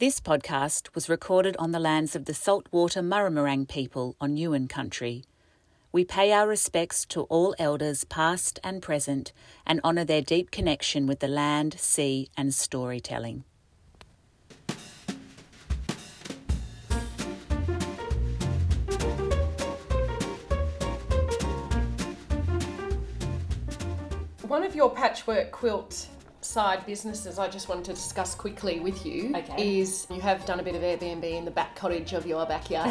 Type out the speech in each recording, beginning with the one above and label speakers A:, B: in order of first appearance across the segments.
A: This podcast was recorded on the lands of the saltwater Murrumarang people on Newen country. We pay our respects to all elders past and present and honour their deep connection with the land, sea and storytelling.
B: One of your patchwork quilt side businesses I just wanted to discuss quickly with you
C: Okay.
B: is you have done a bit of Airbnb in the back cottage of your backyard.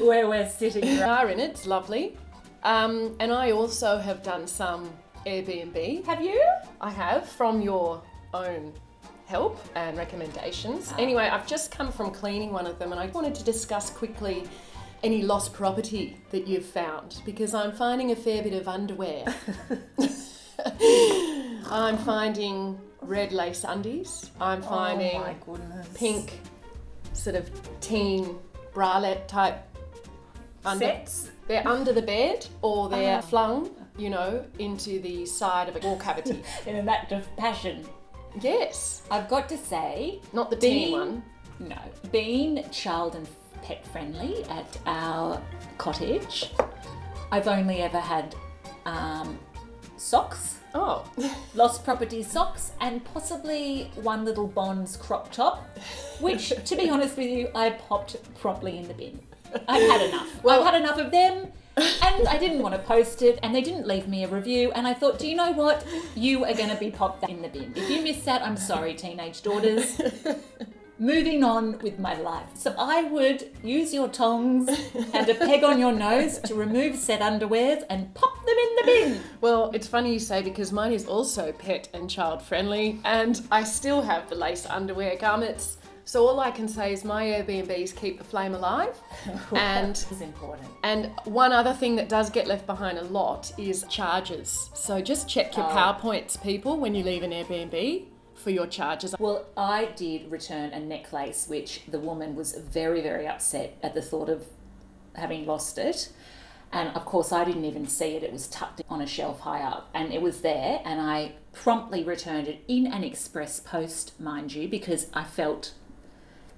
C: where we're sitting.
B: you are in it, it's lovely. Um, and I also have done some Airbnb.
C: Have you?
B: I have from your own help and recommendations.
C: Ah.
B: Anyway, I've just come from cleaning one of them and I wanted to discuss quickly any lost property that you've found because I'm finding a fair bit of underwear. I'm finding red lace undies. I'm finding
C: goodness.
B: pink sort of teen bralette type under-
C: sets.
B: They're under the bed or they're
C: Ah.
B: flung, you know, into the side of a wall cavity.
C: in an act of passion.
B: yes.
C: I've got to say,
B: Not the teeny
C: being,
B: one.
C: No, being child and pet friendly at our cottage, I've only ever had um, socks,
B: Oh.
C: lost property socks, and possibly one little Bonds crop top, which, to be honest with you, I popped promptly in the bin. I've had enough.
B: Well-
C: I've had enough of them. and I didn't want to post it, and they didn't leave me a review. And I thought, do you know what? You are going to be popped in the bin. If you miss that, I'm sorry, teenage daughters. Moving on with my life. So I would use your tongs and a peg on your nose to remove said underwears and pop them in the bin.
B: Well, it's funny you say because mine is also pet and child friendly, and I still have the lace underwear garments. So all I can say is my Airbnbs keep the flame alive. and
C: This is important.
B: and one other thing that does get left behind a lot is charges. So just check your
C: Oh.
B: PowerPoints, people, when you leave an Airbnb for your charges.
C: Well, I did return a necklace, which the woman was very, very upset at the thought of having lost it. And of course, I didn't even see it. It was tucked on a shelf high up and it was there. And I promptly returned it in an express post, mind you, because I felt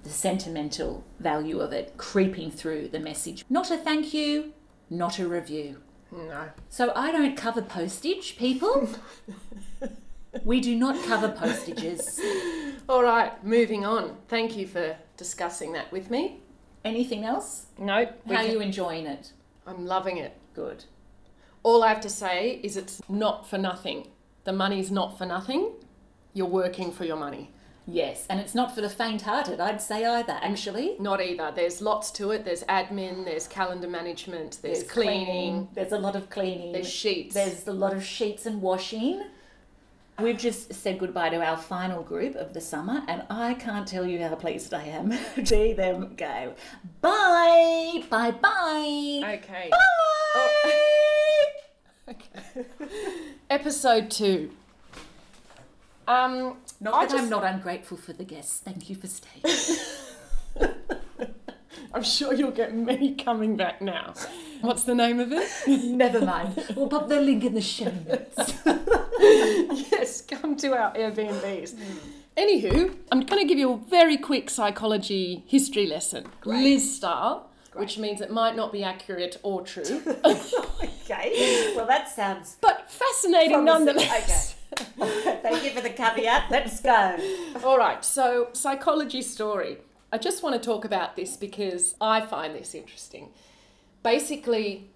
C: the sentimental value of it creeping through the message. Not a thank you, not a review.
B: No.
C: So I don't cover postage, people. we do not cover postages.
B: All right, moving on. Thank you for discussing that with me.
C: Anything else?
B: Nope. we
C: How are
B: can-
C: you enjoying it?
B: I'm loving it.
C: Good.
B: All I have to say is it's not for nothing. The money's not for nothing. You're working for your money.
C: Yes, and it's not for the faint-hearted, I'd say either. Actually,
B: Not either. There's lots to it. There's admin, there's calendar management, there's, cleaning,
C: There's a lot of cleaning.
B: there's sheets.
C: There's a lot of sheets and washing. We've just said goodbye to our final group of the summer, and I can't tell you how pleased I am to see them go. Bye, bye, bye, Oh,
B: Okay.
C: bye.
B: Oh. Episode two. Um,
C: Not
B: I
C: that I'm
B: just-
C: not ungrateful for the guests. Thank you for staying.
B: I'm sure you'll get many coming back now. What's the name of it?
C: Never mind. We'll pop the link in the show notes.
B: yes, come to our Airbnbs. Anywho, I'm going to give you a very quick psychology history lesson, Liz style, which means it might not be accurate or true,
C: okay. Well, that sounds
B: but fascinating nonetheless.
C: Thank you for the caveat. Let's go.
B: All right, so psychology story. I just want to talk about this because I find this interesting. Basically,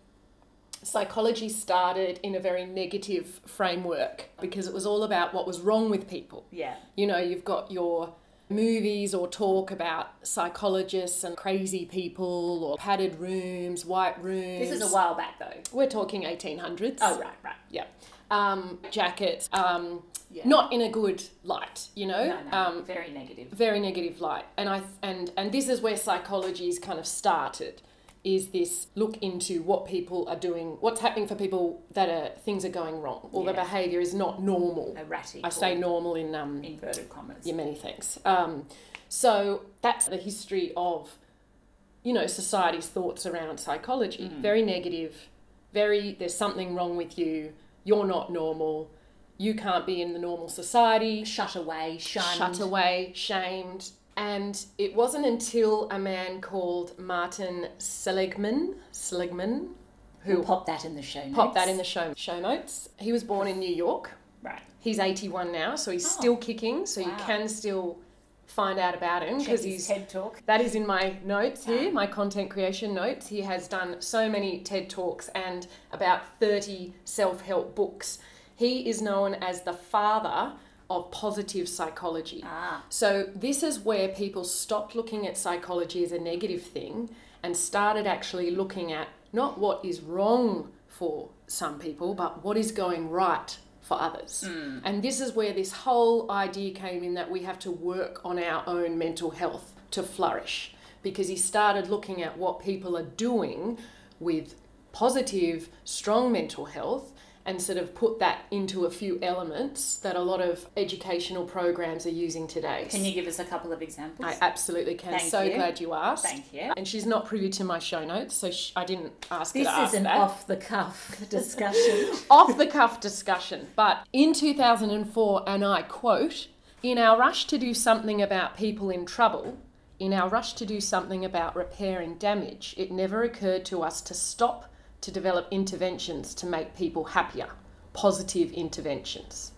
B: psychology started in a very negative framework because it was all about what was wrong with people.
C: Yeah.
B: You know, you've got your movies or talk about psychologists and crazy people or padded rooms, white rooms.
C: This is a while back though.
B: We're talking 1800s.
C: Oh right, right.
B: Yeah. Um, jackets, um,
C: Yeah.
B: not in a good light, you know?
C: No, no,
B: Um,
C: very negative.
B: very negative light and i and and this is where psychology's kind of started is this look into what people are doing what's happening for people that are things are going wrong or the
C: Yeah.
B: behavior is not normal
C: Erratic.
B: i say
C: or
B: normal in um
C: inverted commas.
B: yeah many things um so that's the history of you know society's thoughts around psychology very negative very there's something wrong with you you're not normal you can't be in the normal society,
C: Shut away, shunned.
B: shut away, shamed. And it wasn't until a man called Martin Seligman, Seligman,
C: We'll pop that in the show notes.
B: pop that in the show, show notes. He was born in New York.
C: Right.
B: He's 81 now, so he's
C: Oh.
B: still kicking, so you
C: Wow.
B: can still find out about him
C: Check
B: because
C: his
B: he's
C: TED talk.
B: that is in my notes here, my content creation notes. He has done so many TED Talks and about 30 self help books. He is known as the father of positive psychology.
C: Ah.
B: So, this is where people stopped looking at psychology as a negative thing and started actually looking at not what is wrong for some people, but what is going right for others.
C: Hmm.
B: And this is where this whole idea came in that we have to work on our own mental health to flourish because he started looking at what people are doing with positive, strong mental health and sort of put that into a few elements that a lot of educational programs are using today.
C: Can you give us a couple of examples?
B: I absolutely can.
C: Thank
B: so
C: you.
B: glad you asked.
C: Thank you.
B: And she's not privy to my show notes, so sh- I didn't ask
C: this
B: her to ask
C: is an
B: that.
C: off the cuff discussion.
B: off the cuff discussion. But in 2004, and I quote, in our rush to do something about people in trouble, in our rush to do something about repairing damage, it never occurred to us to stop to develop interventions to make people happier, positive interventions.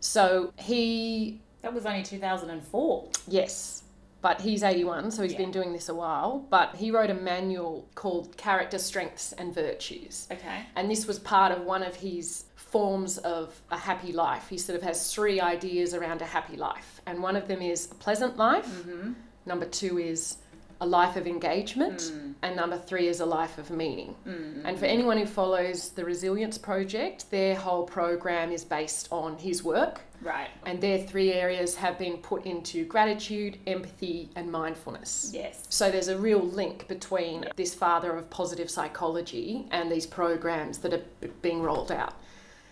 B: So he,
C: that was only 2004.
B: yes, but he's 81, so he's
C: Yeah.
B: been doing this a while. But he wrote a manual called Character Strengths and Virtues.
C: Okay.
B: And this was part of one of his forms of a happy life. He sort of has three ideas around a happy life. And one of them is a pleasant life, number two is a life of engagement, and number three is a life of meaning. And for anyone who follows the Resilience Project, their whole program is based on his work.
C: Right.
B: And their three areas have been put into gratitude, empathy, and mindfulness.
C: Yes.
B: So there's a real link between this father of positive psychology and these programs that are b- being rolled out.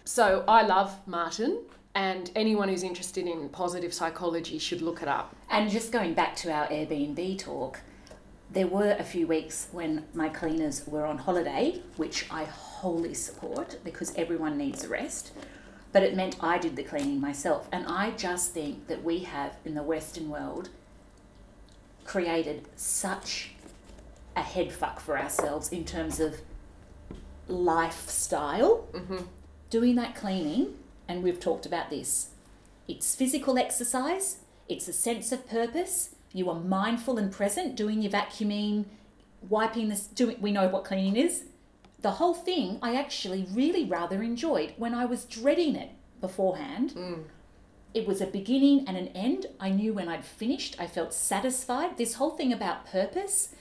B: So I love Martin, and anyone who's interested in positive psychology should look it up.
C: And just going back to our Airbnb talk, there were a few weeks when my cleaners were on holiday, which I wholly support because everyone needs a rest. But it meant I did the cleaning myself. And I just think that we have in the Western world created such a head fuck for ourselves in terms of lifestyle. Doing that cleaning, and we've talked about this, it's physical exercise, it's a sense of purpose. You are mindful and present doing your vacuuming, wiping this, doing, we know what cleaning is. The whole thing I actually really rather enjoyed when I was dreading it beforehand. It was a beginning and an end. I knew when I'd finished, I felt satisfied. This whole thing about purpose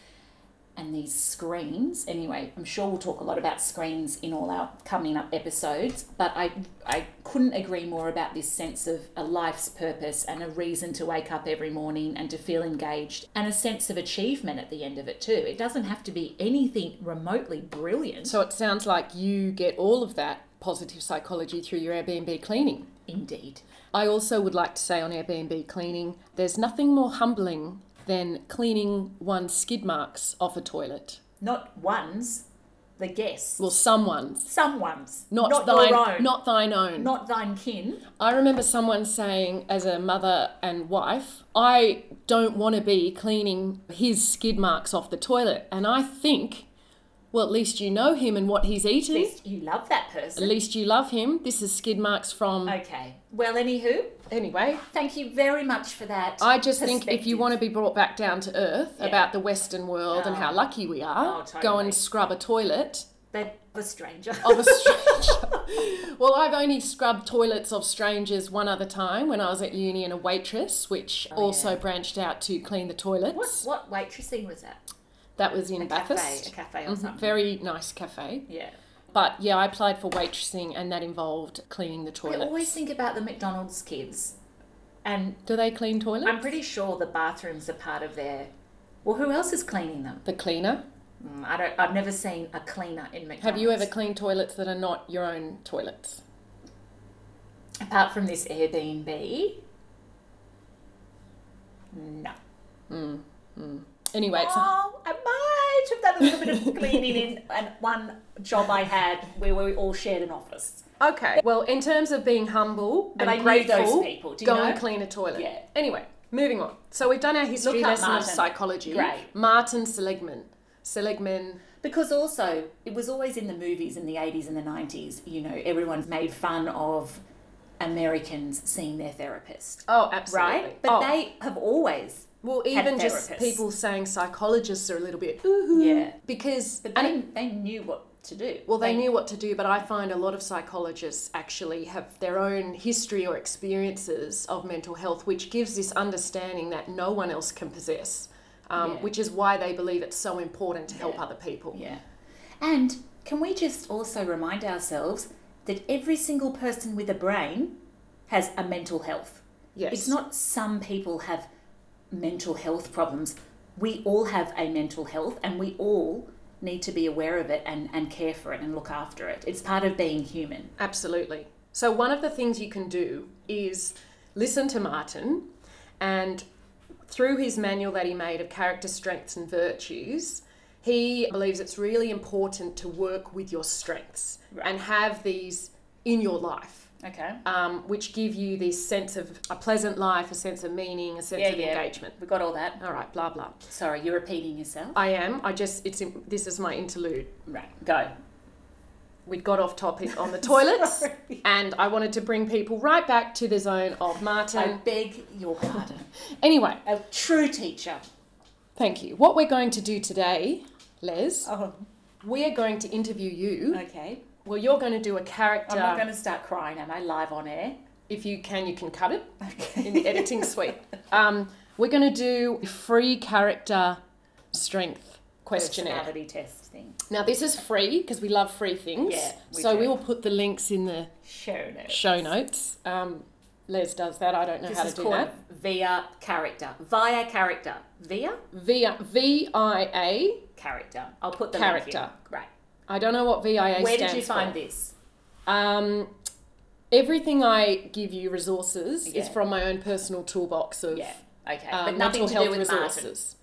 C: and these screens. Anyway, I'm sure we'll talk a lot about screens in all our coming up episodes, but I I couldn't agree more about this sense of a life's purpose and a reason to wake up every morning and to feel engaged and a sense of achievement at the end of it too. It doesn't have to be anything remotely brilliant.
B: So it sounds like you get all of that positive psychology through your Airbnb cleaning.
C: Indeed.
B: I also would like to say on Airbnb cleaning, there's nothing more humbling than cleaning one's skid marks off a toilet.
C: Not one's the guess.
B: Well, someone's,
C: Someone's.
B: not, thine,
C: your own.
B: not Mm-hmm. thine own.
C: not thine kin.
B: I remember someone saying, as a mother and wife, I don't want to be cleaning his skid marks off the toilet. And I think, well, at least you know him and what he's
C: At
B: eating.
C: least you love that
B: At
C: person.
B: least you love him. This is skid marks from.
C: Okay. Well, anywho,
B: Anyway,
C: Thank you very much for that.
B: I just think if you
C: perspective.
B: want to be brought back down to earth
C: Yeah.
B: about the Western world and how lucky we are,
C: Oh, totally.
B: go and scrub a toilet
C: They're the stranger.
B: of a stranger. well, I've only scrubbed toilets of strangers one other time when I was at uni and a waitress, which also branched out to clean the toilets.
C: Oh, what, what waitressing was that?
B: That was in
C: Cafe,
B: Bathurst.
C: a cafe or
B: Mhm,
C: something.
B: Very nice cafe.
C: yeah.
B: But yeah, I applied for waitressing and that involved cleaning the
C: I
B: toilets.
C: always think about the McDonald's kids, and
B: Do they clean toilets?
C: I'm pretty sure the bathrooms are part of their. Well, who else is cleaning them?
B: the cleaner.
C: Mm, I don't. I've never seen a cleaner in McDonald's.
B: Have you ever cleaned toilets that are not your own toilets?
C: Apart from this Airbnb. No.
B: Anyway, it's a-
C: Oh, I might have done had a little bit of cleaning in and one job I had where we all shared an office.
B: Okay. Well, in terms of being humble
C: But
B: and
C: I knew
B: grateful,
C: those people, do you
B: go
C: know?
B: and clean a toilet.
C: Yeah.
B: Anyway, moving on. So we've done our history
C: Look up
B: lesson of
C: Martin.
B: psychology.
C: Great.
B: Martin Seligman. Seligman.
C: Because also, it was always in the movies in the 80s and the 90s, you know, everyone made fun of Americans seeing their therapist.
B: Oh, absolutely.
C: Right? But
B: Oh,
C: they have always.
B: well,
C: had
B: even just
C: therapists.
B: people saying psychologists are a little bit ooh
C: Yeah.
B: because
C: But
B: and
C: they, they knew what to do.
B: Well, they knew what to do, but I find a lot of psychologists actually have their own history or experiences of mental health, which gives this understanding that no one else can possess, um,
C: Yeah.
B: which is why they believe it's so important to help
C: Yeah.
B: other people.
C: Yeah. And can we just also remind ourselves that every single person with a brain has a mental health?
B: Yes.
C: It's not some people have mental health problems. We all have a mental health and we all need to be aware of it and, and care for it and look after it. It's part of being human.
B: Absolutely. So, one of the things you can do is listen to Martin and through his manual that he made of character strengths and virtues, he believes it's really important to work with your strengths and have these in your life.
C: Okay.
B: um, which give you this sense of a pleasant life, a sense of meaning, a sense
C: Yeah,
B: of
C: yeah.
B: engagement.
C: We got all that.
B: All right, blah blah.
C: Sorry, you're repeating yourself.
B: I am. I just it's in, this is my interlude.
C: Right. Go.
B: We got off topic on the toilets,
C: Sorry.
B: and I wanted to bring people right back to the zone of
C: I
B: Martin.
C: beg your pardon.
B: Anyway,
C: a true teacher.
B: thank you. What we're going to do today, Les,
C: Oh,
B: we are going to interview you.
C: okay.
B: Well, you're going to do a character.
C: I'm not going to start crying, am I? Live on air.
B: If you can, you can cut it
C: Okay.
B: in the editing suite. Um, we're going to do a free character strength questionnaire.
C: Personality test thing.
B: Now this is free because we love free things.
C: Yeah, we
B: so
C: do.
B: we will put the links in the
C: Show notes.
B: show notes. Um, Les does that. I don't know
C: This
B: how to
C: is
B: do
C: called
B: that.
C: via character. Via character. Via
B: Via V I A.
C: character. I'll put the Link
B: Character.
C: in. Right.
B: I don't know what V I A
C: Where
B: stands
C: did you find
B: for.
C: this?
B: Um, everything I give you resources
C: Yeah.
B: is from my own personal toolbox of
C: Yeah. Okay.
B: uh,
C: but nothing
B: mental
C: to
B: health
C: do with Martin.
B: resources.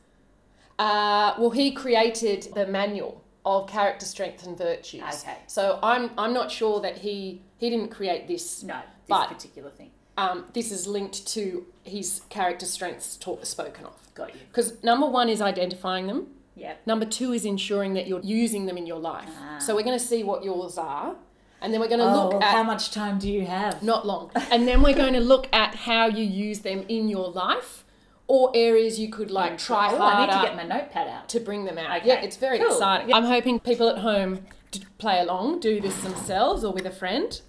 B: Uh, well, he created the manual of character strength and virtues.
C: Okay.
B: So I'm I'm not sure that he he didn't create this.
C: No, this
B: But-
C: particular thing.
B: um, this is linked to his character strengths talk, spoken of.
C: Got you.
B: Because number one is identifying them.
C: Yep.
B: Number two is ensuring that you're using them in your life.
C: Ah.
B: So we're going to see what yours are, and then we're going to
C: Oh,
B: look
C: well,
B: at
C: how much time do you have?
B: not long, and then we're going to look at how you use them in your life, or areas you could like try
C: oh, I
B: harder
C: need to get my notepad out.
B: to bring them out.
C: Okay.
B: Yeah, it's very
C: Cool.
B: exciting. I'm hoping people at home to play along, do this themselves or with a friend.